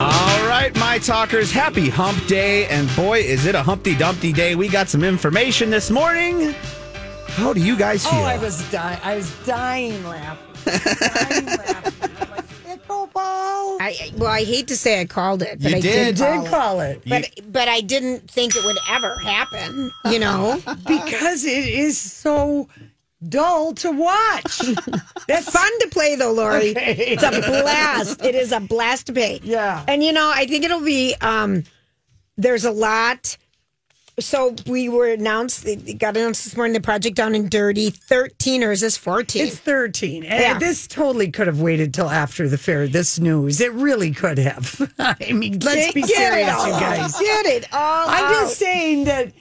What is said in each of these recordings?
All right, my talkers, happy hump day. And boy, is it a humpty dumpty day. We got some information this morning. How do you guys feel? Oh, I was dying. I was dying laughing. dying laughing. I'm like, Pickleball. I Oh. well, I hate to say I called it, but You I did. did, Did call it. call it But but I didn't think it would ever happen. You know, because it is so dull to watch. that's fun to play though, Lori. Okay. It's a blast. It is a blast to play. Yeah. and you know, I think it'll be. um There's a lot. So we were announced. It got announced this morning. The project down in Dirty Thirteen, or is this fourteen? It's 13. And Yeah. This totally could have waited till after the fair, this news. It really could have. I mean, let's be Get serious, it all you out. guys. Get it all I'm out. just saying that,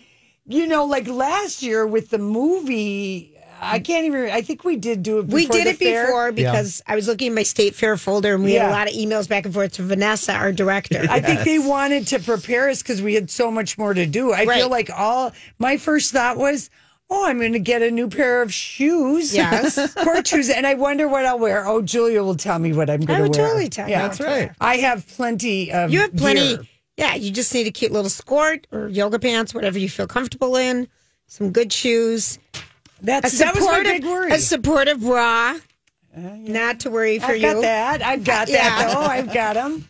you know, like last year with the movie, I can't even. I think we did do it. Before Mm. We did the it fair. before because I was looking at my state fair folder and we had Yeah. a lot of emails back and forth to Vanessa, our director. I think they wanted to prepare us because we had so much more to do. I feel Right. like all my first thought was, oh, I'm going to get a new pair of shoes, Yes. court shoes, and I wonder what I'll wear. Oh, Julia will tell me what I'm going to wear. would totally tell you Yeah. what to That's wear. right. I have plenty of. You have plenty. gear. Yeah, you just need a cute little skirt or yoga pants, whatever you feel comfortable in. Some good shoes. A That's that was my big worry. Uh, a supportive bra. Not to worry for I've you. got that. I've got that. Yeah. though. I've got them.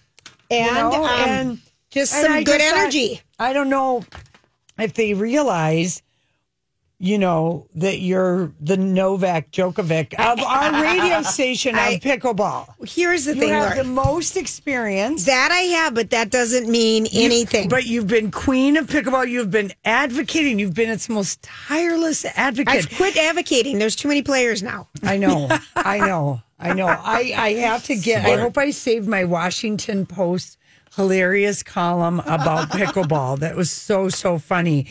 And, um, and just And some I good just thought- energy. I don't know if they realize, you know, that you're the Novak Djokovic of our radio station on I- pickleball. Here's the You thing, have Lori. the most experience. that I have, but that doesn't mean anything. But you've been queen of pickleball. You've been advocating. You've been its most tireless advocate. I've quit advocating. There's too many players now. I know. I know. I know. I, I have to get, I hope I saved my Washington Post hilarious column about pickleball. That was so, so funny.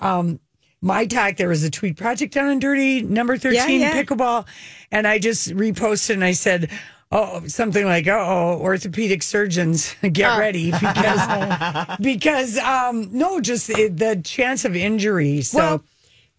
Um, my talk, there was a tweet project down and dirty, number 13, yeah. pickleball. And I just reposted and I said, Oh, something like, uh oh, orthopedic surgeons, get Oh. ready because, because, um, no, just it, the chance of injury. So, Well,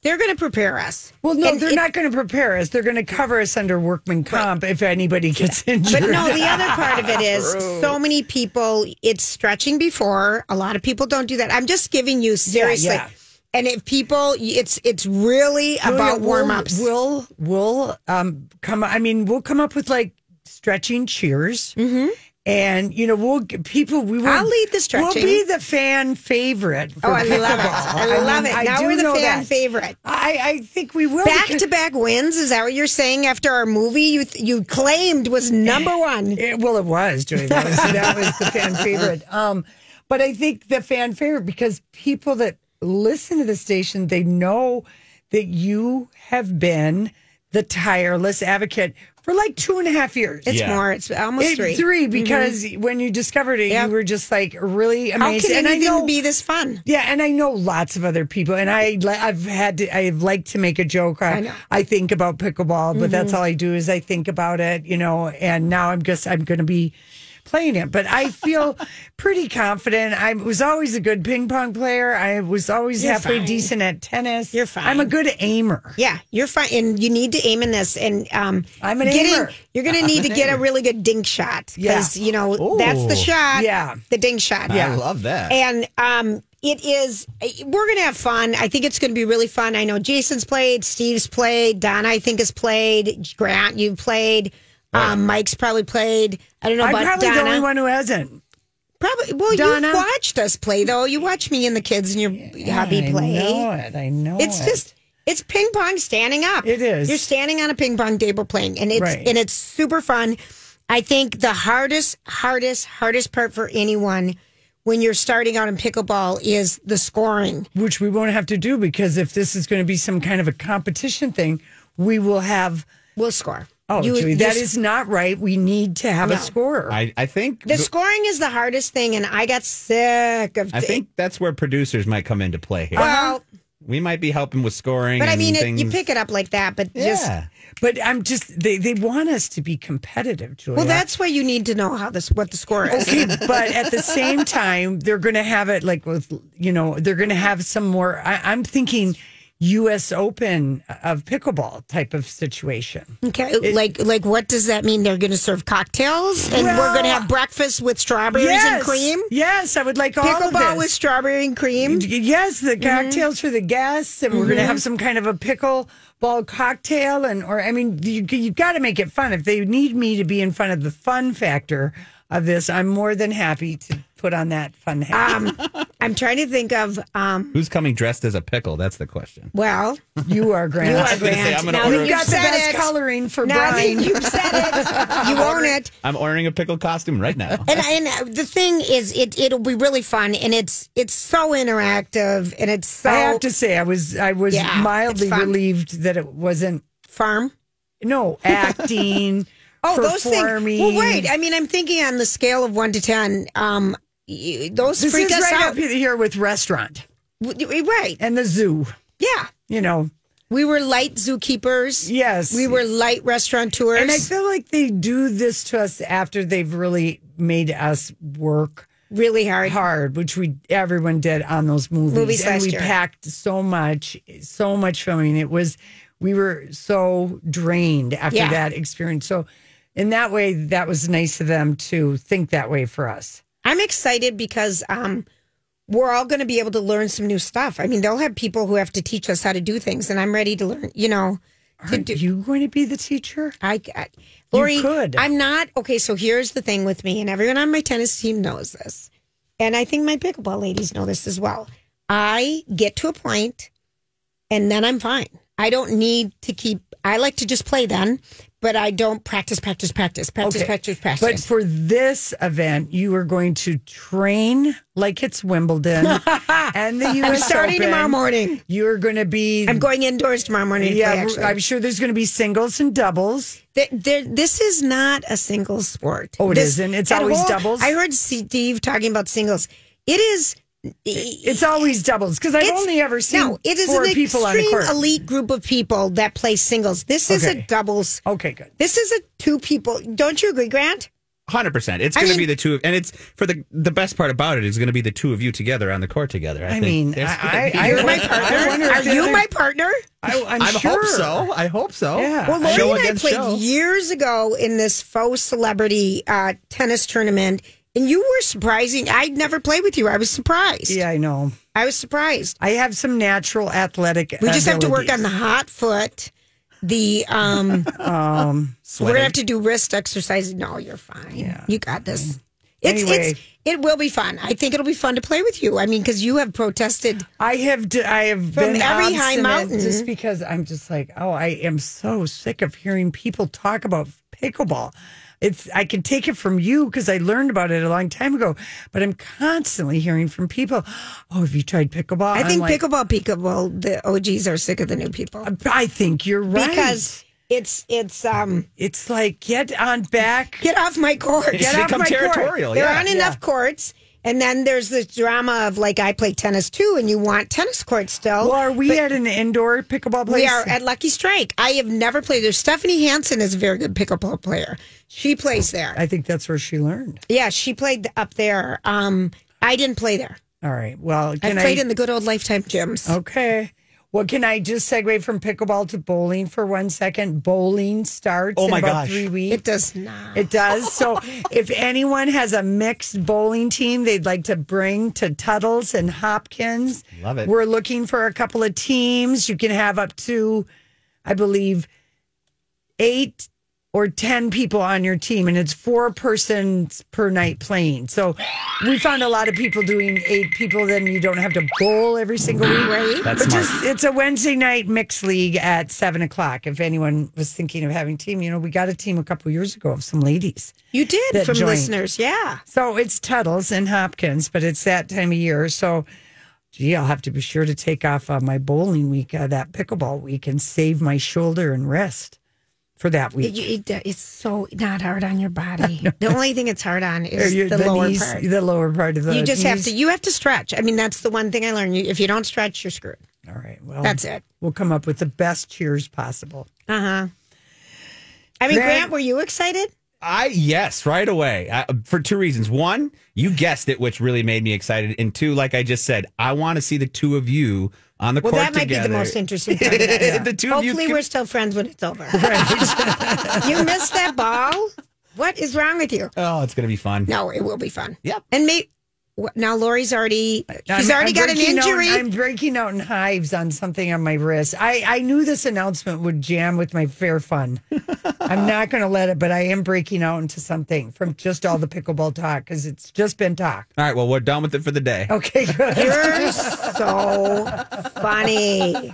they're going to prepare us. well, no, And they're it- not going to prepare us. They're going to cover us under workman comp if anybody gets injured. But no, the other part of it is so many people, it's stretching before. A lot of people don't do that. I'm just giving you seriously. yeah. And if people, it's it's really about warm ups. We'll we'll um come. I mean, we'll come up with like stretching cheers, and you know, we'll g- people. We will. Mm-hmm. I'll lead the We'll stretching. be the fan favorite. Oh, for I love pickleball. it. I love mean, it. I now do we're the know fan that. favorite. I I think we will Back because- to back wins. Is that what you're saying after our movie you you claimed was number one? It, well, it was, Julie. That was, that was the fan favorite. Um, but I think the fan favorite because people that listen to the station, they know that you have been the tireless advocate for like two and a half years. It's Yeah. more. It's almost It- three. Mm-hmm. because when you discovered it, Yep. you were just like really How amazed. can and I anything know, be this fun? yeah, and I know lots of other people, and I li- I've had to I've liked to make a joke. I, I, know. Mm-hmm. think about pickleball, but that's all I do is I think about it, you know. And now I'm just I'm going to be playing it, but I feel pretty confident. I was always a good ping pong player. I was always halfway fine. decent at tennis. You're fine. I'm a good aimer. Yeah, you're fine, and you need to aim in this. And um, I'm an getting, aimer. You're going to need to get a really good dink shot because Yeah. you know that's the Ooh. shot. Yeah. the dink shot. I love that. and um, it is. We're going to have fun. I think it's going to be really fun. I know Jason's played, Steve's played, Donna I think has played, Grant you played, um, Mike's probably played. I don't know I'm about probably Donna. the only one who hasn't. Probably. Well, Donna. you watched us play though. You watch me and the kids and your hubby I play. know it. I know It's it. just it's ping pong standing up. It is. You're standing on a ping pong table playing, and it's Right. and it's super fun. I think the hardest, hardest, hardest part for anyone when you're starting out in pickleball is the scoring. which we won't have to do because if this is going to be some kind of a competition thing, we will have We'll score. Oh, You- Julie, that you- is not right. We need to have a No. scorer. I, I think The scoring is the hardest thing, and I got sick of. I think that's where producers might come into play uh-huh. here. Well, we might be helping with scoring. Uh, but I and mean, it, things. you pick it up like that, but just Yeah. but I'm just they, they want us to be competitive, Julia. well, that's why you need to know how this what the score is. okay, but at the same time, they're going to have it like with you know they're going to have some more. I, I'm thinking U.S. Open uh, of pickleball type of situation. Okay, like like what does that mean? They're going to serve cocktails, and we're going to have breakfast with strawberries and cream. Yes, I would like all of Pickleball this. with strawberry and cream. Yes, the Mm-hmm. cocktails for the guests, and we're going to have some kind of a pickleball cocktail, and or I mean, you you got to make it fun. If they need me to be in front of the fun factor of this, I'm more than happy to put on that fun hat. Um, I'm trying to think of. um Who's coming dressed as a pickle? That's the question. Well, you are grand. I was gonna say, I'm gonna now order a- that You've you've got the said best it, coloring for Now that Brian. you've said it, you own it. I'm ordering a pickle costume right now. And and the thing is, it it'll be really fun, and it's it's so interactive, and it's so I have to say, I was I was Yeah, it's mildly fun. relieved that it wasn't farm. no acting. Oh, those things. performing. Well, wait. I mean, I'm thinking on the scale of one to ten. Um, you, those This freak is us right out. up here with restaurant W- you- Right? and the zoo. Yeah. You know, We were light zookeepers. yes, We were light restaurateurs. And I feel like they do this to us after they've really made us work really hard. hard, which we everyone did on those movies. Movies and last we year. packed so much, so much filming. It was we were so drained after Yeah. that experience. So in that way, that was nice of them to think that way for us. I'm excited because um, we're all going to be able to learn some new stuff. I mean, they'll have people who have to teach us how to do things, and I'm ready to learn. You know, to Aren't do. you going to be the teacher? I, I Lori, could. I'm not okay. So here's the thing with me, and everyone on my tennis team knows this, and I think my pickleball ladies know this as well. I get to a point, and then I'm fine. I don't need to keep. I like to just play then, but I don't practice, practice, practice, practice, Okay. practice, practice. But for this event, you are going to train like it's Wimbledon and the I'm U.S. starting Open. tomorrow morning. You're going to be I'm going indoors tomorrow morning. Yeah, to play, I'm actually. sure there's going to be singles and doubles. Th- there- this is not a singles sport. Oh, it This- isn't. It's that always doubles? I heard Steve talking about singles. It is. It's always doubles because I've It's- only ever seen no. It is four an people on the extreme court. elite group of people that play singles. This is a Okay. doubles. Okay, good. This is a two people. Don't you agree, Grant? Hundred percent. It's I going to mean- be the two of, and it's for the the best part about it is going to be the two of you together on the court together. I, I think mean, There's gonna I- be- I- You're my wonder- partner. I wonder if Are the you other- my partner? I, I'm I sure. hope so. I hope so. Yeah. Well, Lori show and I against played show. years ago in this faux celebrity uh, tennis tournament, and you were surprising. I'd never played with you. I was surprised. Yeah, I know. I was surprised. I have some natural athletic. We just have to work on the hot foot. The um, we're gonna have to do wrist exercises. No, you're fine. You got this. It's it's Anyway. it will be fun. I think it'll be fun to play with you. I mean, because you have protested. I have. d- I have From been every high obstinate mountain. just because I'm just like, oh, I am so sick of hearing people talk about pickleball. It's I can take it from you because I learned about it a long time ago, but I'm constantly hearing from people. Oh, have you tried pickleball? I I'm think like, pickleball, pickleball. The OGs are sick of the new people I think you're Uh, right. because it's it's um it's like get on back. get off my court. It's Get off become my court. territorial. There yeah. aren't enough courts. And then there's this drama of like I play tennis too, and you want tennis courts still. Well, are we at an indoor pickleball place? We are at Lucky Strike. I have never played there. Stephanie Hansen is a very good pickleball player. She plays there. Oh, I think that's where she learned. Yeah, she played up there. Um, I didn't play there. All right. Well, I can I? Oh. played in the good old Lifetime gyms. okay. Well, can I just segue from pickleball to bowling for one second? Bowling starts Oh, in my about gosh. three weeks. It does not. It does. So if anyone has a mixed bowling team they'd like to bring to Tuttles and Hopkins, Love it. We're looking for a couple of teams. You can have up to, I believe, eight or 10 people on your team, and it's four persons per night playing. So we found a lot of people doing eight people, then you don't have to bowl every single week. Right? That's But smart. just it's a Wednesday night mixed league at seven o'clock. If anyone was thinking of having a team, you know, we got a team a couple years ago of some ladies. You did That from joint. listeners, yeah. So it's Tuttles and Hopkins, but it's that time of year. So, gee, I'll have to be sure to take off uh, my bowling week, uh, that pickleball week, and save my shoulder and wrist. for that It- week. it- uh, it's so not hard on your body. The only thing it's hard on Or is your- the, lower knees- part. The lower part of the you just have knees. to. You have to stretch. I mean, that's the one thing I learned. You, if you don't stretch, you're screwed. All right. Well, That's it. We'll come up with the best cheers possible. Uh huh. Uh-huh. I mean, Grant- Grant, were you excited? I yes, right away I, for two reasons. One, you guessed it, which really made me excited, and two, like I just said, I want to see the two of you on the Well, court that might together. be the most interesting part. Of that. the two of you. Hopefully, can- we're still friends when it's over. you missed that ball. What is wrong with you? oh, it's gonna be fun. No, it will be fun. Yep. And may, wh- now Lori's already. I'm- He's already I'm got an breaking out- injury. I'm breaking out in hives on something on my wrist. I, I knew this announcement would jam with my fair fun. I'm not going to let it, but I am breaking out into something from just all the pickleball talk because it's just been talk. All right, well, we're done with it for the day. Oh, Okay, good. You're so funny.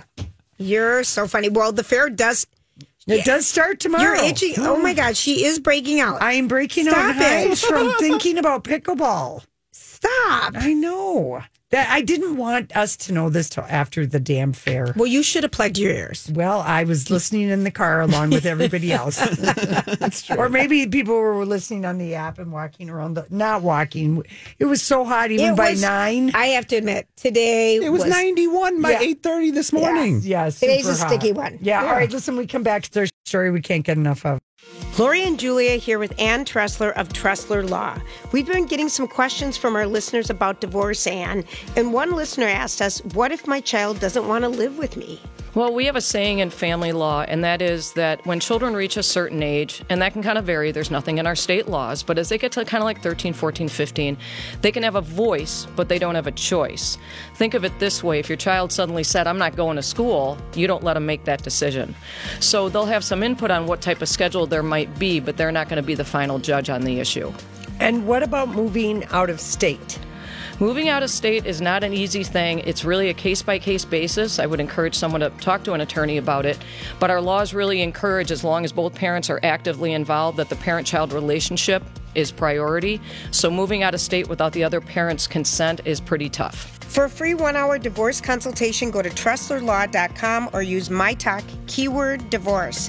You're so funny. Well, the fair does. It does start tomorrow. You're itching. Oh my God, she is breaking out. I am breaking out Stop in it. hives from thinking about pickleball. Stop. I know that I didn't want us to know this till after the damn fair. Well, you should have plugged your ears. Well, I was listening in the car along with everybody else. Or maybe people were listening on the app and walking around the not walking. It was so hot even by nine. I have to admit, today It was, 91 by Yeah. 8:30 this morning. Yes. Today's a sticky one. Yeah. All right, listen, we come back to their story we can't get enough of. Lori and Julia here with Ann Tressler of Tressler Law. We've been getting some questions from our listeners about divorce, Ann. And one listener asked us, What if my child doesn't want to live with me? Well, we have a saying in family law, and that is that when children reach a certain age, and that can kind of vary, there's nothing in our state laws, but as they get to kind of like 13, 14, 15, they can have a voice, but they don't have a choice. Think of it this way if your child suddenly said, I'm not going to school, you don't let them make that decision. So they'll have some input on what type of schedule there might be, but they're not going to be the final judge on the issue. And what about moving out of state? Moving out of state is not an easy thing. It's really a case by case basis. I would encourage someone to talk to an attorney about it. But our laws really encourage, as long as both parents are actively involved, that the parent child relationship is priority. So moving out of state without the other parent's consent is pretty tough. For a free one hour divorce consultation, go to TresslerLaw.com or use my talk keyword divorce.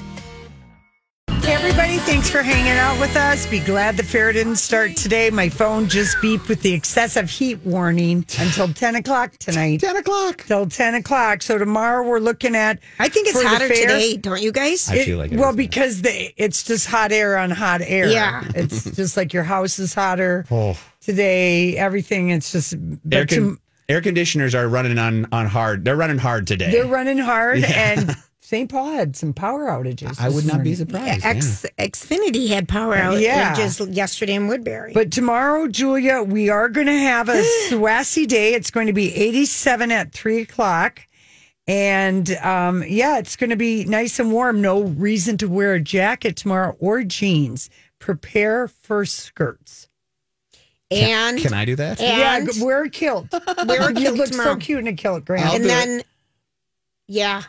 Hey everybody, thanks for hanging out with us. Be glad the fair didn't start today. My phone just beeped with the excessive heat warning until ten o'clock tonight. 10 o'clock. Till ten o'clock. So tomorrow we're looking at I think it's for the hotter fair- today, don't you guys? I feel like it well is. because they, it's just hot air on hot air. Yeah. it's just like your house is hotter today. Everything it's just but Oh. air, con- to- air conditioners are running on on hard. They're running hard today. they're running hard and St. Paul had some power outages. I would this not be morning. surprised. X, Xfinity had power outages Yeah. yesterday in Woodbury. But tomorrow, Julia, we are going to have a swassy day. It's going to be 87 at three o'clock. And um, yeah, it's going to be nice and warm. No reason to wear a jacket tomorrow or jeans. Prepare for skirts. yeah. and Can I do that? and yeah, g- wear a kilt. Wear a You kilt look tomorrow. so cute in a kilt, Grant. and then yeah.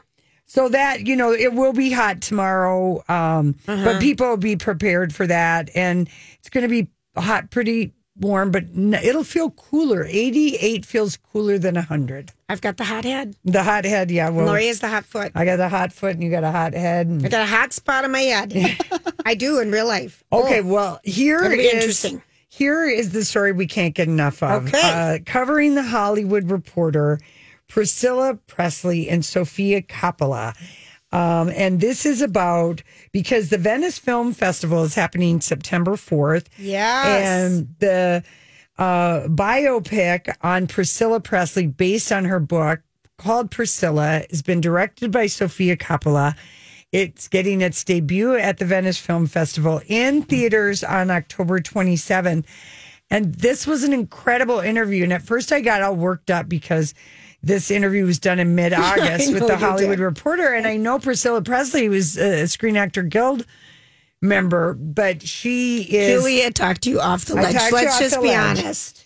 So that you know, it will be hot tomorrow, um, Uh-huh. but people will be prepared for that, and it's going to be hot, pretty warm, but n- it'll feel cooler. Eighty-eight feels cooler than hundred. I've got the hot head. The hot head, yeah. Well, Lori has the hot foot. I got a hot foot, and you got a hot head. and- I got a hot spot on my head. I do in real life. Okay, Oh, well, here That'll be is- interesting. here is the story we can't get enough of. Uh, Okay. covering the Hollywood Reporter, Priscilla Presley and Sophia Coppola. Um, and this is about because the Venice Film Festival is happening September 4th. Yes. And the uh, biopic on Priscilla Presley, based on her book called Priscilla, has been directed by Sophia Coppola. It's getting its debut at the Venice Film Festival in theaters on October 27th. And this was an incredible interview. And at first, I got all worked up because this interview was done in mid August with the Hollywood Reporter. And I know Priscilla Presley was a Screen Actor Guild member, but she is. Julia talked to you off the I ledge. talked you Let's off just the be ledge. honest.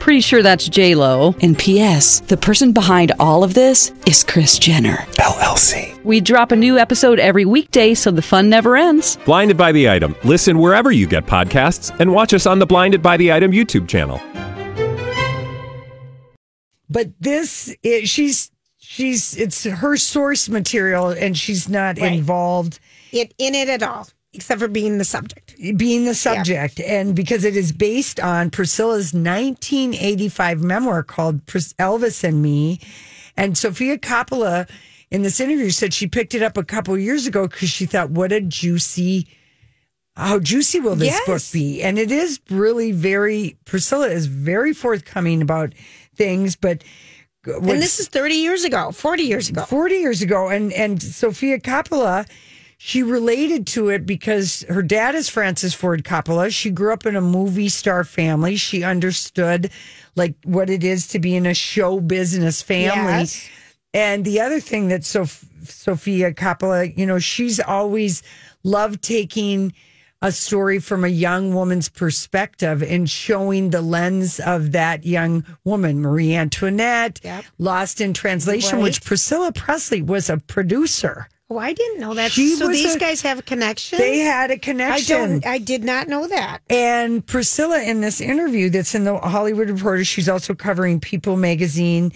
Pretty sure that's J Lo. And P.S. The person behind all of this is Chris Jenner. LLC. We drop a new episode every weekday, so the fun never ends. Blinded by the Item. Listen wherever you get podcasts, and watch us on the Blinded by the Item YouTube channel. but this is she's she's it's her source material and she's not Right. involved It in it at all, except for being the subject. being the subject and because it is based on priscilla's 1985 memoir called Pris- elvis and me and sophia coppola in this interview said she picked it up a couple years ago because she thought what a juicy how juicy will this book Yes. be and it is really very priscilla is very forthcoming about things but And this is 30 years ago, 40 years ago. 40 years ago and and Sophia Coppola she related to it because her dad is Francis Ford Coppola. She grew up in a movie star family. She understood like what it is to be in a show business family. Yes. And the other thing that Sof- Sophia Coppola, you know, she's always loved taking a story from a young woman's perspective and showing the lens of that young woman, Marie Antoinette, Yep. Lost in Translation, which Right. Priscilla Presley was a producer. Oh, I didn't know that. She so was these a- guys have a connection. They had a I connection. don't. I did not know that. And Priscilla, in this interview that's in the Hollywood Reporter, she's also covering People magazine.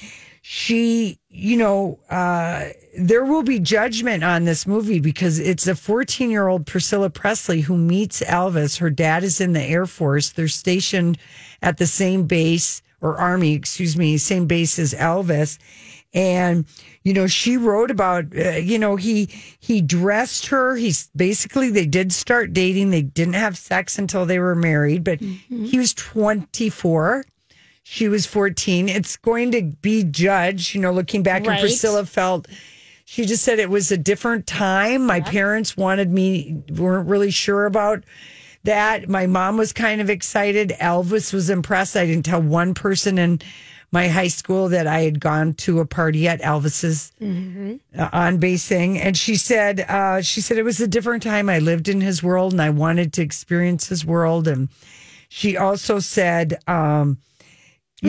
She, you know, uh, there will be judgment on this movie because it's a 14 year old Priscilla Presley who meets Elvis. Her dad is in the Air Force, they're stationed at the same base or Army, excuse me, same base as Elvis. And you know, she wrote about uh, you know he he dressed her. He's basically they did start dating. They didn't have sex until they were married, but he was twenty four. She was fourteen. It's going to be judged. You know, looking back, Right. and Priscilla felt. She just said it was a different time. My parents wanted me weren't really sure about that. My mom was kind of excited. Elvis was impressed. I didn't tell one person in my high school that I had gone to a party at Elvis's Mm-hmm. uh, on base thing. And she said, uh, she said it was a different time. I lived in his world and I wanted to experience his world. And she also said, um, I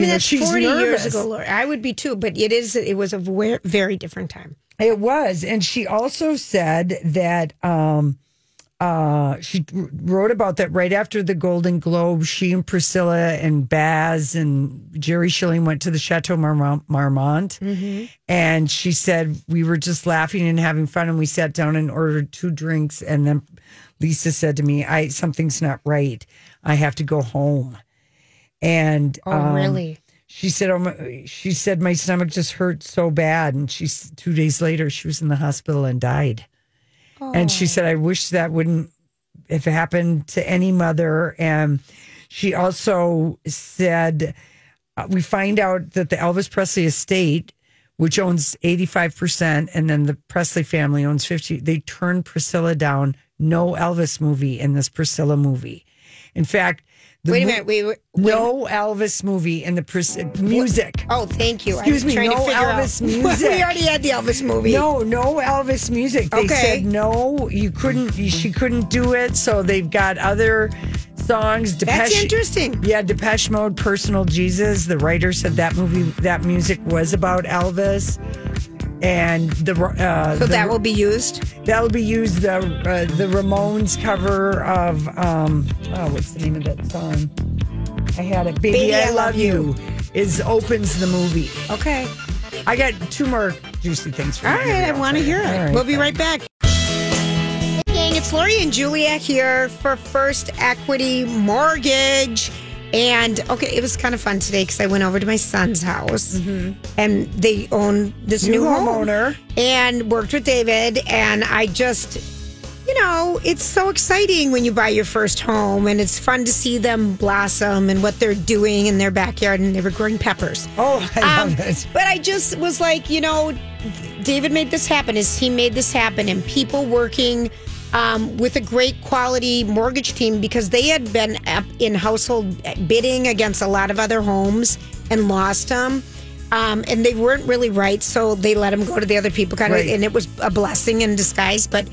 you mean, know, that's she's 40 years nervous. ago. Laura. I would be too, but it is. It was a ver- very different time. It was. And she also said that um uh she wrote about that right after the Golden Globe, she and Priscilla and Baz and Jerry Schilling went to the Chateau Marmont, Marmont Mm-hmm. and she said we were just laughing and having fun and we sat down and ordered two drinks and then Lisa said to me, I something's not right. I have to go home. And Oh, um, really? she said, oh, my, she said, my stomach just hurt so bad. And she's two days later, she was in the hospital and died. And she Oh. said, I wish that wouldn't have happened to any mother. And she also said, uh, we find out that the Elvis Presley estate, which owns 85%, and then the Presley family owns 50, they turned Priscilla down. No Elvis movie in this Priscilla movie. In fact, the Wait a mo- minute. Wait. wait wait. no Elvis movie in the pres- uh, music. Oh, thank you. I Excuse was me, trying to no figure out- Elvis music. we already had the Elvis movie. No, no Elvis music. They Okay. said no, you couldn't. You, she couldn't do it. So they've got other songs. Depeche, that's interesting. Yeah, Depeche Mode, "Personal Jesus." The writer said that movie, that music was about Elvis, and the uh, So the- that will be used. that'll be used. The uh, the Ramones cover of um, oh, what's the name of that song? I had it. Baby, I, love, you. Is opens the movie. Okay. I got two more juicy things for All you. right. I want to hear it. All right. we'll be right back. Hey, gang, it's Lori and Juliet here for First Equity Mortgage. And okay, it was kind of fun today because I went over to my son's house and they own this New Mm-hmm. new, home. homeowner. and worked with David. And I just, you know, it's so exciting when you buy your first home and it's fun to see them blossom and what they're doing in their backyard. And they were growing peppers. Oh, I Um, love it. But I just was like, you know, David made this happen. His team made this happen, and people working um, with a great quality mortgage team because they had been up in household bidding against a lot of other homes and lost them. Um, and they weren't really right, so they let them go to the other people, kind Right. of, and it was a blessing in disguise. But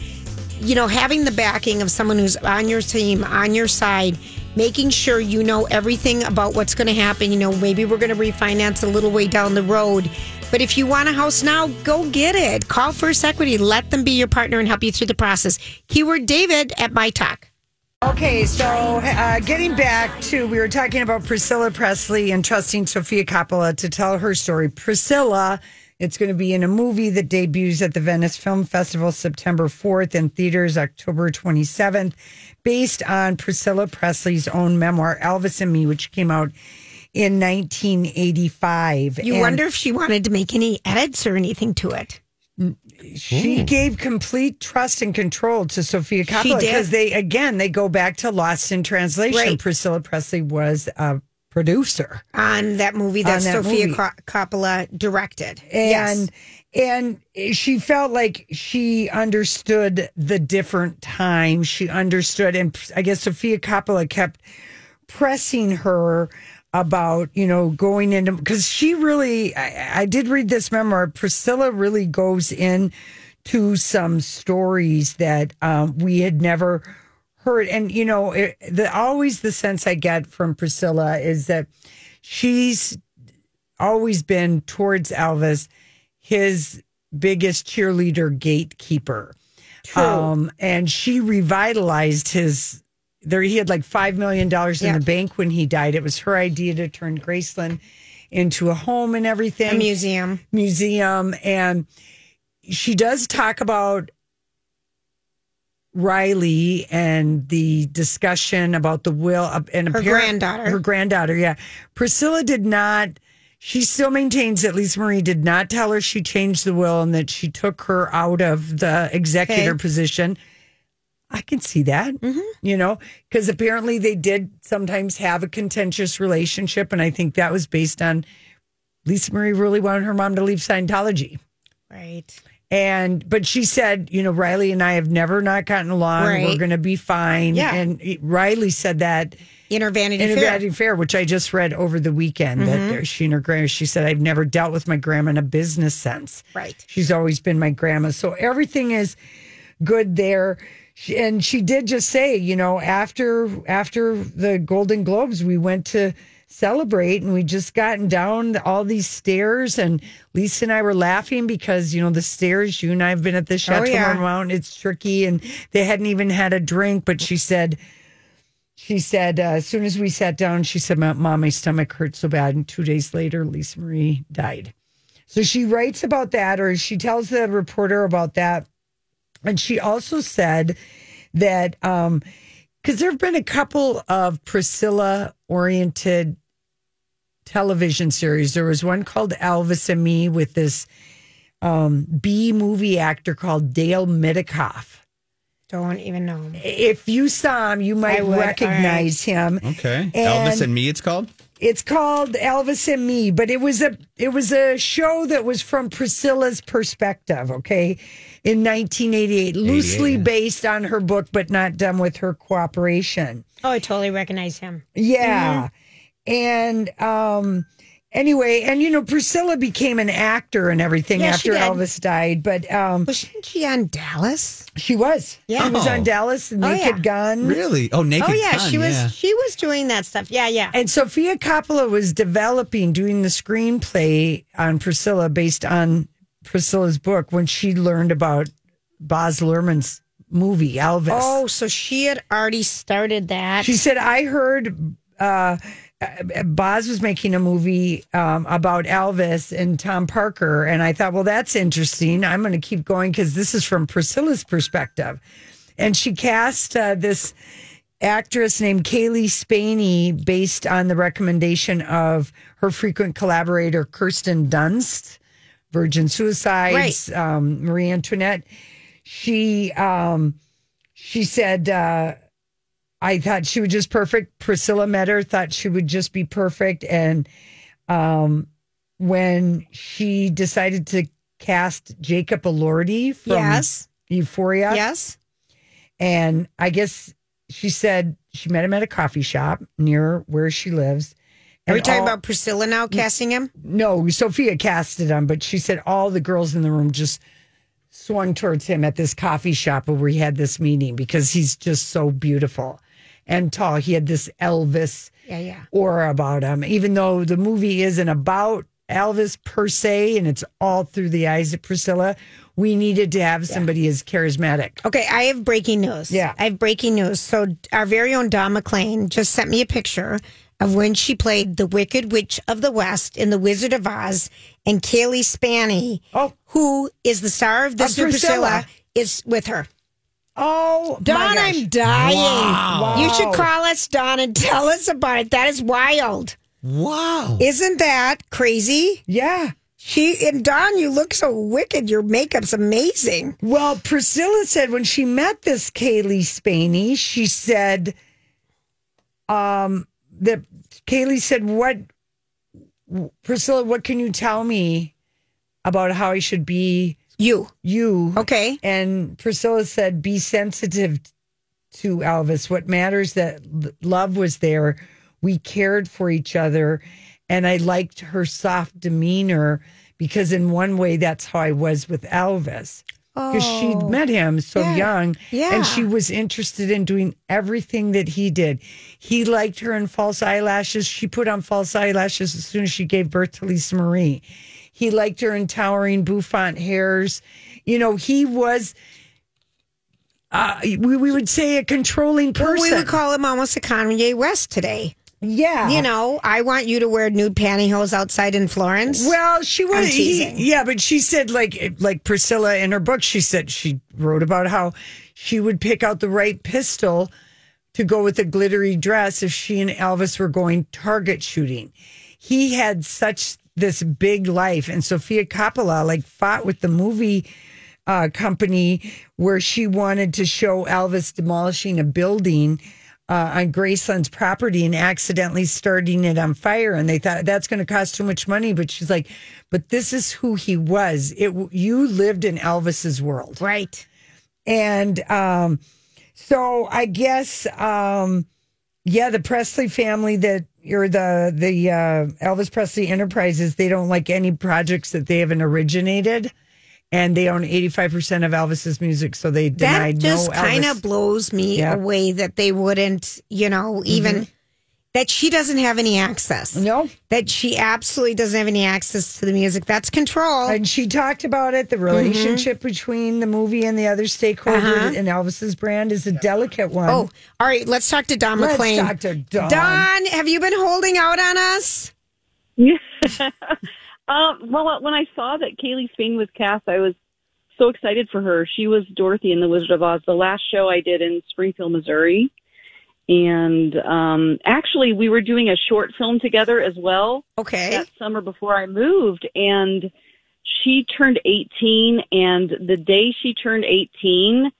you know, having the backing of someone who's on your team, on your side, making sure you know everything about what's going to happen. You know, maybe we're going to refinance a little way down the road. But if you want a house now, go get it. Call First Equity. Let them be your partner and help you through the process. Keyword David at My Talk. Okay, so uh, getting back to, we were talking about Priscilla Presley and trusting Sophia Coppola to tell her story. Priscilla, it's going to be in a movie that debuts at the Venice Film Festival September 4th and theaters October 27th, based on Priscilla Presley's own memoir, Elvis and Me, which came out in 1985. You And wonder if she wanted to make any edits or anything to it. she gave complete trust and control to Sophia Coppola did. because they again they go back to Lost in Translation. Right. Priscilla Presley was a producer, On that movie that, On that Sophia movie. Co- Coppola directed. and and she felt like she understood the different time. She understood, and I guess Sophia Coppola kept pressing her about you know going into because she really I, I did read this memoir priscilla really goes in to some stories that um, we had never heard and you know it, the always the sense i get from priscilla is that she's always been towards elvis his biggest cheerleader gatekeeper um and she revitalized his there he had like five million dollars in Yeah. the bank when he died. It was her idea to turn Graceland into a home and everything. a museum. museum. And she does talk about Riley and the discussion about the will of and Her apparent- granddaughter. Her granddaughter, yeah. Priscilla did not she still maintains that Lisa Marie did not tell her she changed the will and that she took her out of the executor Okay. Mm-hmm. position. I can see that, you know, because apparently they did sometimes have a contentious relationship. And I think that was based on Lisa Marie really wanted her mom to leave Scientology. Right. And, but she said, you know, Riley and I have never not gotten along. We're Right. going to be fine. Yeah. And Riley said that In her Vanity in a Fair. Mm-hmm. Vanity Fair, which I just read over the weekend, that there- she and her grandma, she said, I've never dealt with my grandma in a business sense. Right. She's always been my grandma. So everything is good there. She, and she did just say, you know, after after the Golden Globes, we went to celebrate and we just gotten down all these stairs and Lisa and I were laughing because, you know, the stairs, you and I have been at the Chateau yeah. Mountain, it's tricky and they hadn't even had a drink, but she said she said, uh, as soon as we sat down, she said, "My- Mom, my stomach hurt so bad. And two days later, Lisa Marie died. So she writes about that, or she tells the reporter about that. And she also said that, because there have been a couple of Priscilla oriented television series. There was one called Elvis and Me with this um, B movie actor called Dale Midikoff Don't even know. if you saw him, you I might would, recognize him. Okay. And- Elvis and me, it's called. It's called Elvis and Me, but it was a it was a show that was from Priscilla's perspective, okay, in 1988, loosely based on her book, but not done with her cooperation. Oh, I totally recognize him. Yeah. And um anyway, and you know, Priscilla became an actor and everything Yeah, after she did. Elvis died, but um Wasn't she on Dallas? she was. Yeah. She was on Dallas and Oh, Naked yeah. Gun. Really? Oh, naked. Oh yeah, Gun, she was yeah. she was doing that stuff. Yeah, yeah. And Sophia Coppola was developing, doing the screenplay on Priscilla based on Priscilla's book when she learned about Boz Luhrmann's movie, Elvis. Oh, so she had already started that. She said, I heard uh, Boz was making a movie um, about Elvis and Tom Parker. And I thought, well, that's interesting. I'm going to keep going because this is from Priscilla's perspective. And she cast uh, this actress named Kaylee Spaney based on the recommendation of her frequent collaborator Kirsten Dunst, Virgin Suicides, um, Marie Antoinette. She um, she said, uh, "I thought she was just perfect." Priscilla met her, thought she would just be perfect, and um, when she decided to cast Jacob Elordi from Yes. Euphoria, Yes. and I guess she said she met him at a coffee shop near where she lives. Are we And talking all- about Priscilla now casting him? No, Sophia casted him, but she said all the girls in the room just swung towards him at this coffee shop where we had this meeting because he's just so beautiful and tall. He had this Elvis Yeah, yeah. aura about him, even though the movie isn't about Elvis per se and it's all through the eyes of Priscilla. We needed to have somebody as charismatic. Okay, I have breaking news. Yeah. I have breaking news. So our very own Don McLean just sent me a picture of when she played the Wicked Witch of the West in The Wizard of Oz and Kaylee Spanny, Oh. who is the star of this Of new Priscilla, Priscilla. is with her. Oh, Don, my gosh. I'm dying. You Wow. should call us, Don, and tell us about it. That is wild. Wow. Isn't that crazy? Yeah. She and Don, you look so wicked. Your makeup's amazing. Well, Priscilla said when she met this Kaylee Spaney, she said um that Kaylee said, What Priscilla, what can you tell me about how I should be You. you? Okay. And Priscilla said, Be sensitive to Elvis. What matters that l- love was there. We cared for each other. And I liked her soft demeanor because, in one way, that's how I was with Elvis. Because she met him so Oh. yeah. young Yeah. and she was interested in doing everything that he did. He liked her in false eyelashes. She put on false eyelashes as soon as she gave birth to Lisa Marie. He liked her in towering bouffant hairs. You know, he was uh, we, we would say a controlling Well, person. we would call him almost a Kanye West today. yeah. You know, I want you to wear nude pantyhose outside in Florence. Well, she I'm was. He, teasing. yeah, but she said like like Priscilla in her book, she said she wrote about how she would pick out the right pistol to go with a glittery dress if she and Elvis were going target shooting. He had such this big life, and Sofia Coppola like fought with the movie uh, company where she wanted to show Elvis demolishing a building uh, on Graceland's property and accidentally starting it on fire. And they thought that's going to cost too much money. But she's like, but this is who he was. It you lived in Elvis's world, right. and um, so I guess um, yeah, the Presley family that or the the uh, Elvis Presley Enterprises they don't like any projects that they haven't originated. And they own eighty five percent of Elvis's music, so they That denied just no Elvis. kind of blows me Yeah. away that they wouldn't, you know, even that she doesn't have any access. no, That she absolutely doesn't have any access to the music. That's control. And she talked about it. Mm-hmm. The relationship between the movie and the other stakeholder Uh-huh. and Elvis's brand is a delicate one. oh, all right. Let's talk to Don Let's McLean. talk to Don. Don, have you been holding out on us? Um, well, when I saw that Kaylee Spain was cast, I was so excited for her. She was Dorothy in The Wizard of Oz, the last show I did in Springfield, Missouri. And um, actually, we were doing a short film together as well Okay. that summer before I moved. And she turned 18, and the day she turned 18,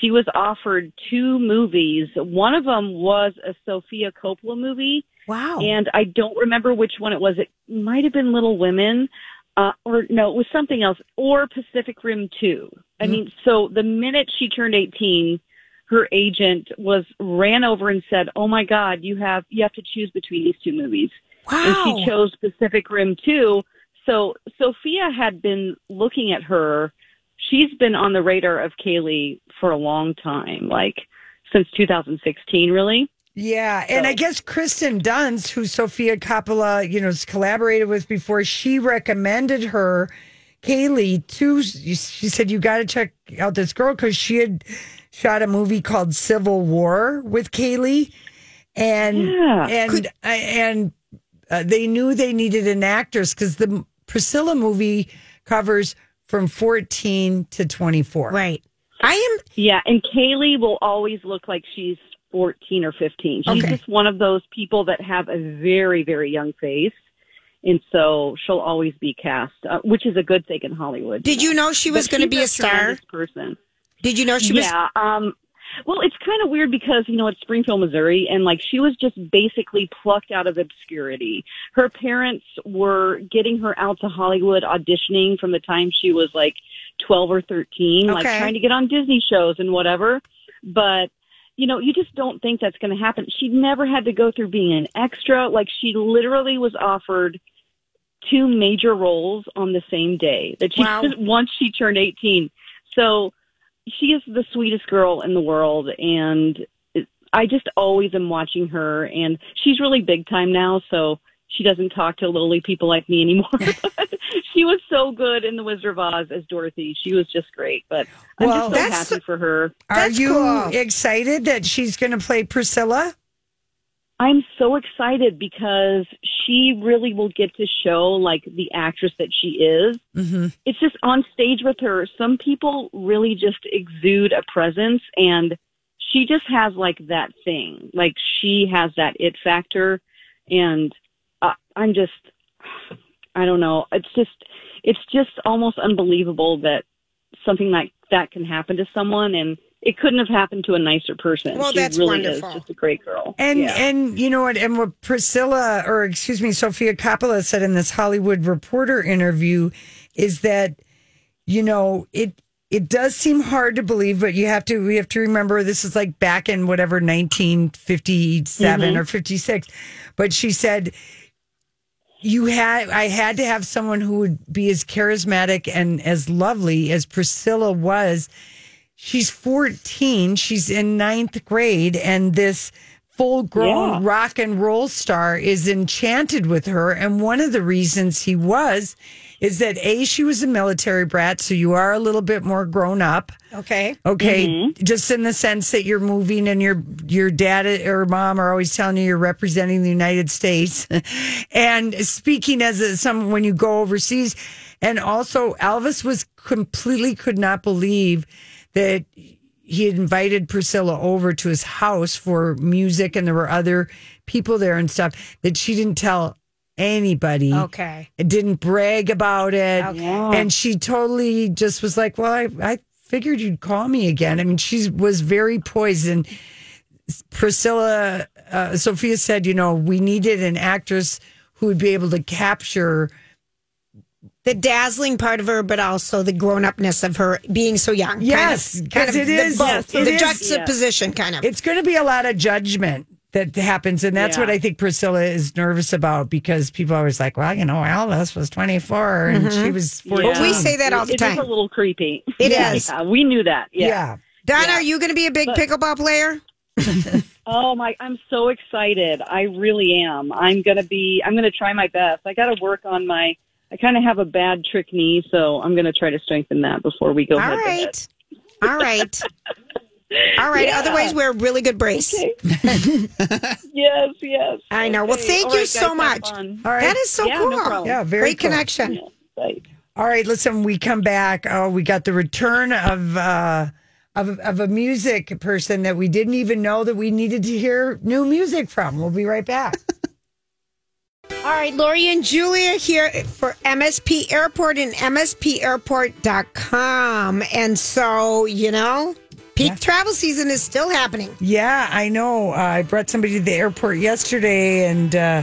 she was offered two movies. One of them was a Sophia Coppola movie, Wow. and I don't remember which one it was. It might have been Little Women, uh, or no, it was something else, or Pacific Rim 2. I mean, so the minute she turned 18, her agent was ran over and said, "Oh my God, you have you have to choose between these two movies." And she wow. chose Pacific Rim 2. So Sophia had been looking at her. She's been on the radar of Kaylee for a long time, like since 2016, really. Yeah, and I guess Kristen Dunst, who Sophia Coppola, you know, has collaborated with before, she recommended her Kaylee to. She said you got to check out this girl because she had shot a movie called Civil War with Kaylee, and Yeah. and I and uh, they knew they needed an actress because the Priscilla movie covers from fourteen to twenty four. Right. I am Yeah, and Kaylee will always look like she's 14 or 15. She's Okay. just one of those people that have a very, very young face. And so she'll always be cast, uh, which is a good thing in Hollywood. Did you know she was But gonna she's be a star? tremendous Person. Did you know she was- Yeah. Um, well, it's kind of weird because, you know, it's Springfield, Missouri, and like she was just basically plucked out of obscurity. Her parents were getting her out to Hollywood auditioning from the time she was like 12 or 13, like Okay. trying to get on Disney shows and whatever. But, you know, you just don't think that's going to happen. She never had to go through being an extra. Like she literally was offered two major roles on the same day that she Wow. once she turned 18. So she is the sweetest girl in the world and I just always am watching her and she's really big time now so she doesn't talk to lowly people like me anymore. But she was so good in The Wizard of Oz as Dorothy. She was just great, but I'm Well, just that's- so happy for her. Are you excited that she's going to play Priscilla? I'm so excited because she really will get to show like the actress that she is. Mm-hmm. It's just on stage with her. Some people really just exude a presence and she just has like that thing. Like she has that it factor and uh, I'm just I don't know. It's just it's just almost unbelievable that something like that can happen to someone and it couldn't have happened to a nicer person. Well, she that's really wonderful. is just a great girl. And Yeah. and you know what? And what Priscilla, or excuse me, Sophia Coppola said in this Hollywood Reporter interview, is that you know it it does seem hard to believe, but you have to we have to remember this is like back in whatever nineteen Mhm. or fifty six. But she said you had I had to have someone who would be as charismatic and as lovely as Priscilla was. She's 14, she's in ninth grade, and this full grown Yeah. rock and roll star is enchanted with her. And one of the reasons he was is that A, she was a military brat, so you are a little bit more grown up. Okay. Okay, just in the sense that you're moving and your your dad or mom are always telling you you're representing the United States, and speaking as a, some when you go overseas, and also Elvis was completely could not believe that he had invited Priscilla over to his house for music, and there were other people there and stuff that she didn't tell anybody Okay. didn't brag about it. Okay. And she totally just was like, Well, I, I figured you'd call me again. I mean, she was very poised. And Priscilla, uh, Sophia said, You know, we needed an actress who would be able to capture. The dazzling part of her, but also the grown upness of her being so young. Kind of- Yes, kind of, 'cause it the is- yes, both, it the is. juxtaposition, kind of. It's going to be a lot of judgment that happens. And that's Yeah. what I think Priscilla is nervous about because people are always like, Well, you know, Elvis was 24 and Mhm. she was 14. Yeah. It- It is a little creepy. It It is. yeah, is. we knew that. Yeah. Yeah. Donna, Yeah. are you going to be a big But- pickleball player? Oh my! I'm so excited. I really am. I'm gonna be. I'm gonna try my best. I got to work on my. I kind of have a bad trick knee, so I'm gonna try to strengthen that before we go. All head to head. right. All right. All right. Yeah. Otherwise, wear a really good brace. yes, yes. I know. Well, Okay. thank All you right, guys, so have much. fun. All right. That is so Yeah, no cool. problem. Yeah, very Great cool. connection. All right, listen, we come back. Oh, we got the return of uh of of a music person that we didn't even know that we needed to hear new music from. We'll be right back. All right, Lori and Julia here for MSP Airport and MSPAirport.com. And so, you know, peak travel season is still happening. yeah, I know. Uh, I brought somebody to the airport yesterday and uh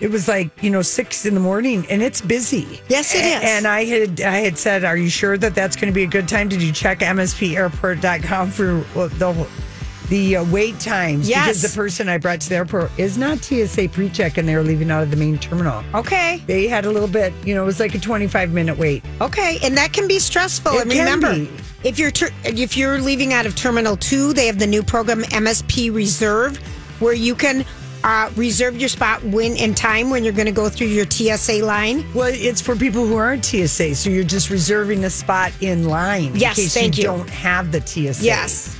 it was like, you know, 6 in the morning and it's busy. Yes, it A- is. And I had I had said, "Are you sure that that's going to be a good time? Did you check mspairport.com for uh, the the uh, wait times?" Yes. Because the person I brought to the airport is not TSA pre-check, and they were leaving out of the main terminal. Okay. They had a little bit, you know, it was like a twenty-five minute wait. Okay, and that can be stressful. It and can remember, be. if you're ter- if you're leaving out of Terminal Two, they have the new program MSP Reserve, where you can uh, reserve your spot when in time when you're going to go through your TSA line. Well, it's for people who aren't TSA, so you're just reserving a spot in line. Yes, in case thank you. Don't have the TSA. Yes,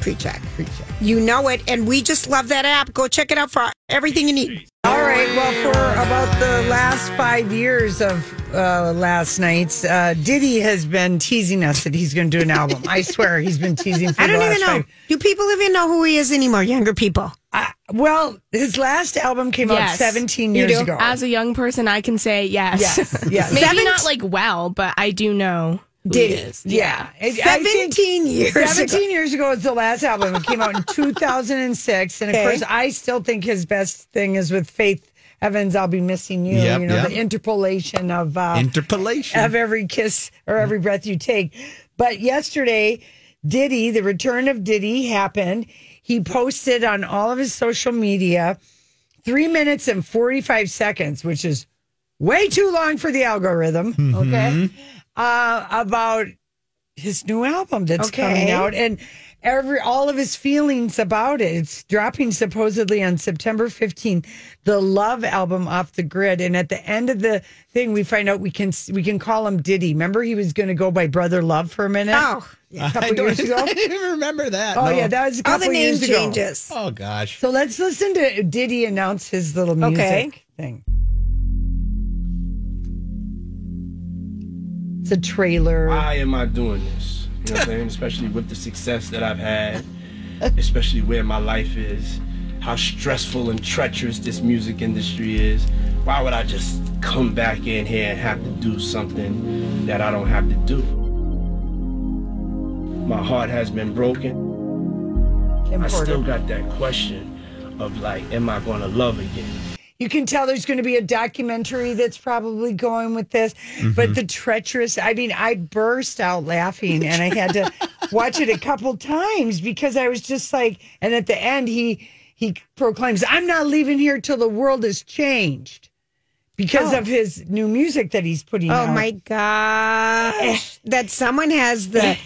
pre-check. Pre-check. You know it, and we just love that app. Go check it out for everything you need. All right. Well, for about the last five years of uh, last night's, uh, Diddy has been teasing us that he's going to do an album. I swear he's been teasing. For I don't the last even know. five- Do people even know who he is anymore? Younger people. I, well, his last album came out 17 You years do? ago. As a young person, I can say yes. Yes, yes. Maybe Seventeen- not like well, but I do know. who he Diddy. is. Yeah. And I think 17 years ago. 17 years ago is the last album. It came out in 2006. And of Okay. course, I still think his best thing is with Faith Evans, I'll Be Missing You. Yep, you know, yep. the interpolation of uh, Interpolation. of every kiss or every breath you take. But yesterday, Diddy, the return of Diddy happened. He posted on all of his social media three minutes and 45 seconds, which is way too long for the algorithm. Okay. Uh, about his new album that's Okay. coming out and every all of his feelings about it. It's dropping supposedly on September 15th, the Love album off the grid and at the end of the thing we find out we can we can call him Diddy. Remember he was going to go by Brother Love for a minute? Oh, A I couple don't- years ago. I didn't even remember that. Oh no. yeah, that was a All the couple name years ago. changes. Oh gosh. So let's listen to Diddy announce his little music Okay. thing. It's a trailer. Why am I doing this? You know what I'm saying? Especially with the success that I've had, especially where my life is, how stressful and treacherous this music industry is. Why would I just come back in here and have to do something that I don't have to do? My heart has been broken. I still got that question of like, am I gonna love again? You can tell there's going to be a documentary that's probably going with this, Mm-hmm. but the treacherous, I mean, I burst out laughing and I had to watch it a couple times because I was just like, and at the end, he, he proclaims, I'm not leaving here till the world has changed because Oh. of his new music that he's putting Oh out. my gosh! that someone has the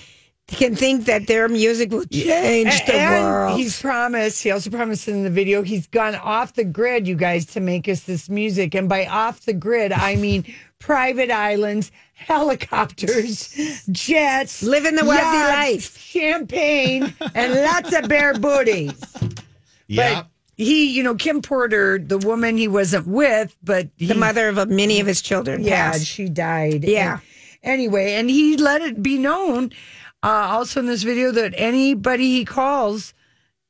can think that their music will change A- the and world. He's promised. He also promised in the video he's gone off the grid, you guys, to make us this music. And by off the grid, I mean private islands, helicopters, jets, Living the wealthy yachts, life. champagne, and lots of bare booties. Yeah. But he, you know, Kim Porter, the woman he wasn't with, but he, the mother of a, many of his children. yeah, passed. she died. Yeah. And anyway, and he let it be known uh, also in this video that anybody he calls,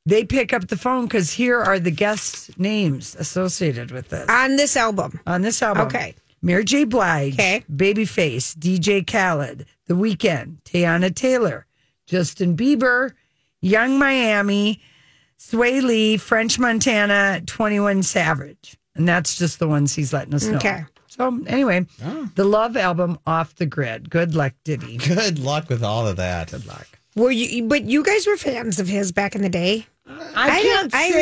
they pick up the phone because here are the guests' names associated with this on this album. on this album. Okay. Mary J. Blige, Okay. Babyface, DJ Khaled, The Weeknd, Tayana Taylor, Justin Bieber, Young Miami, Sway Lee, French Montana, 21 Savage. And that's just the ones he's letting us know. Okay. So, anyway, Oh. the Love album off the grid. Good luck, Diddy. Good luck with all of that. Good luck. Were you? But you guys were fans of his back in the day. I, I can't don't- I say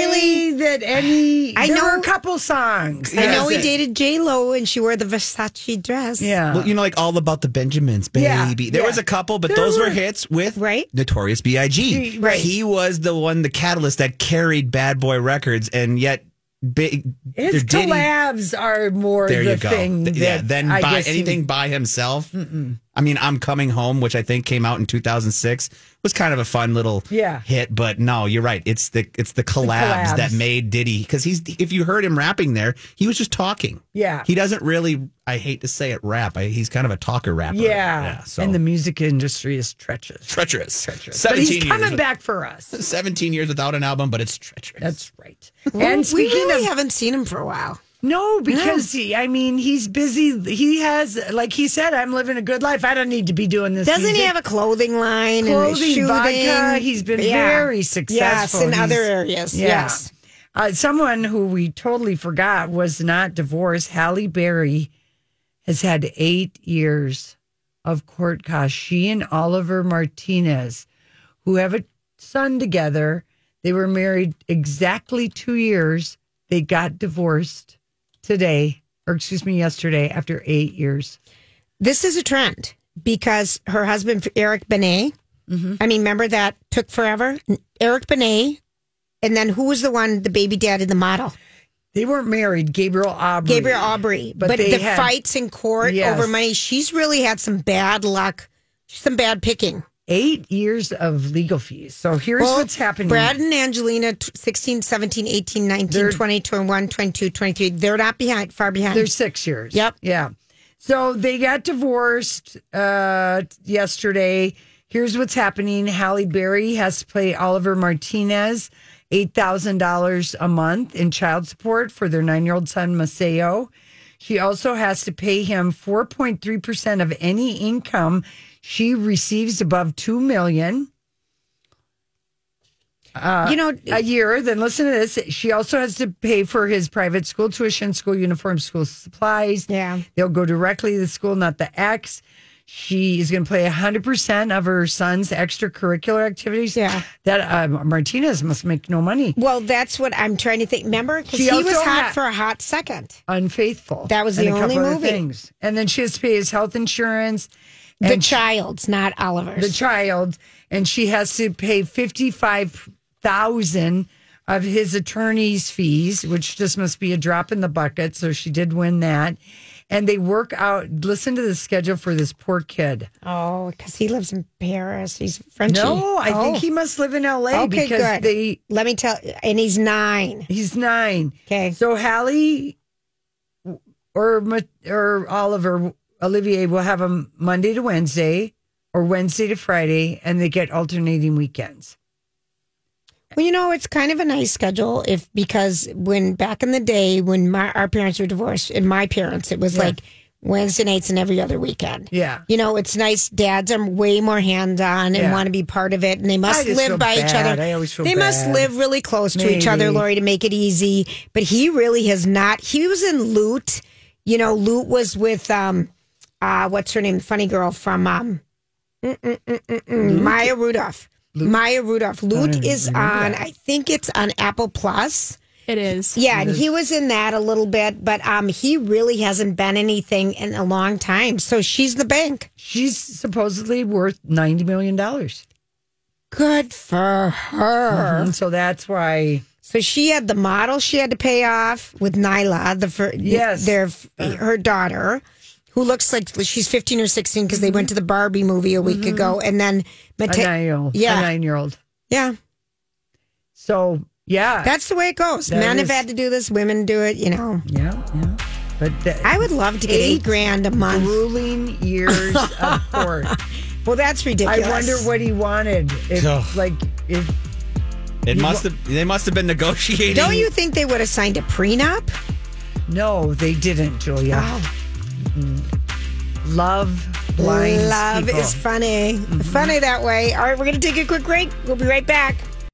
really- that any. I there know- were a couple songs. I know Yes. he dated J Lo and she wore the Versace dress. Yeah. Well, you know, like all about the Benjamins, baby. Yeah, There yeah. was a couple, but There those were. were. hits with Right. Notorious B.I.G. Right. He was the one, the catalyst that carried Bad Boy Records, and yet big. His Diddy- collabs are more There the you go. thing. Th- yeah. that Then I by guess he- anything by himself. I mean, I'm coming home, which I think came out in 2006, was kind of a fun little Yeah. hit. But no, you're right. It's the it's the collabs, collabs. that made Diddy because he's if you heard him rapping there, he was just talking. Yeah. he doesn't really. I hate to say it, rap. I, he's kind of a talker rapper. Yeah. so And the music industry is treacherous. treacherous. treacherous. But 17 he's years. coming back for us. 17 years without an album, but it's treacherous. That's right. And And speaking we really of haven't seen him for a while. no, because he, I mean, he's busy. He has, like he said, I'm living a good life. I don't need to be doing this. Doesn't he have a clothing line and a clothing shoe vodka? thing? He's been Yeah. very Yes, successful in other He's- areas. Yeah. Yes. Uh, someone who we totally forgot was not divorced. Halle Berry has had eight years of court costs. She and Oliver Martinez, who have a son together, they were married exactly two years. They got divorced today, or excuse me, yesterday after eight years. This is a trend because her husband, Eric Benet, Mm-hmm. I mean, remember that took forever? Eric Benet. And then who was the one, the baby dad and the model? They weren't married, Gabriel Aubrey. Gabriel Aubrey. Mm. But But, they the had- fights in court Yes. over money, she's really had some bad luck, some bad picking. eight years of legal fees. So here's Well, what's happening. Brad and Angelina, t- 16, 17, 18, 19, 20, 21, 22, 23. They're not behind, far behind. They're six years. Yep. Yeah. So they got divorced uh, yesterday. Here's what's happening Halle Berry has to pay Oliver Martinez $8,000 a month in child support for their nine year old son, Maceo. She also has to pay him 4.3% of any income she receives above 2 million uh, You know- a year. Then listen to this. She also has to pay for his private school tuition, school uniforms, school supplies. Yeah. They'll go directly to the school, not the ex. She is going to play 100% of her son's extracurricular activities. Yeah. That uh, Martinez must make no money. Well, that's what I'm trying to think. Remember? Because She he was also hot ha- for a hot second. Unfaithful. That was And the a couple only other movie. Things. And then she has to pay his health insurance. The and she- child's, not Oliver's. the child, and she has to pay fifty five thousand of his attorney's fees, which just must be a drop in the bucket. So she did win that, and they work out. Listen to the schedule for this poor kid. oh, because he lives in Paris. He's Frenchy. No, I think Oh. he must live in L.A. Okay, because good. they. Let me tell. And he's nine. He's nine. Okay. So Hallie or Ma- or Oliver Olivier will have them Monday to Wednesday or Wednesday to Friday, and they get alternating weekends. Well, you know, it's kind of a nice schedule if because when back in the day when my our parents were divorced and my parents, it was Yeah. like Wednesday nights and every other weekend. Yeah. You know, it's nice. Dads are way more hands on and Yeah. want to be part of it, and they must just feel live by each bad. other. I always feel they must bad. live really close to each other, Maybe. Lori, to make it easy. But he really has not. He was in Loot. You know, Loot was with um, uh, what's her name, funny girl from um, Mm-mm-mm-mm-mm. Maya Rudolph. Maya Rudolph. Loot is on, I think it's on Apple Plus. It is. Yeah, and he was in that a little bit, but um, he really hasn't been anything in a long time. So she's the bank. She's supposedly worth ninety million dollars. Good for her. Mhm, So that's why. So she had the model she had to pay off with Nyla, the fir- Yes. their her daughter, who looks like she's fifteen or sixteen because they went to the Barbie movie a week Mm-hmm. ago, and then A Mate- nine-year-old, Yeah. a nine-year-old. yeah, So yeah, that's the way it goes. That Men is- have had to do this, women do it. You know, yeah, yeah. But the I would love to get eight, Eight grand a month. grueling years of court. Well, that's ridiculous. I wonder what he wanted. If Ugh. like if It must have. They must have been negotiating. Don't you think they would have signed a prenup? no, they didn't, Julia. Oh. Mm-hmm. Love blinds Love people. Mm-hmm. is funny. Funny that way. All right, we're going to take a quick break. We'll be right back.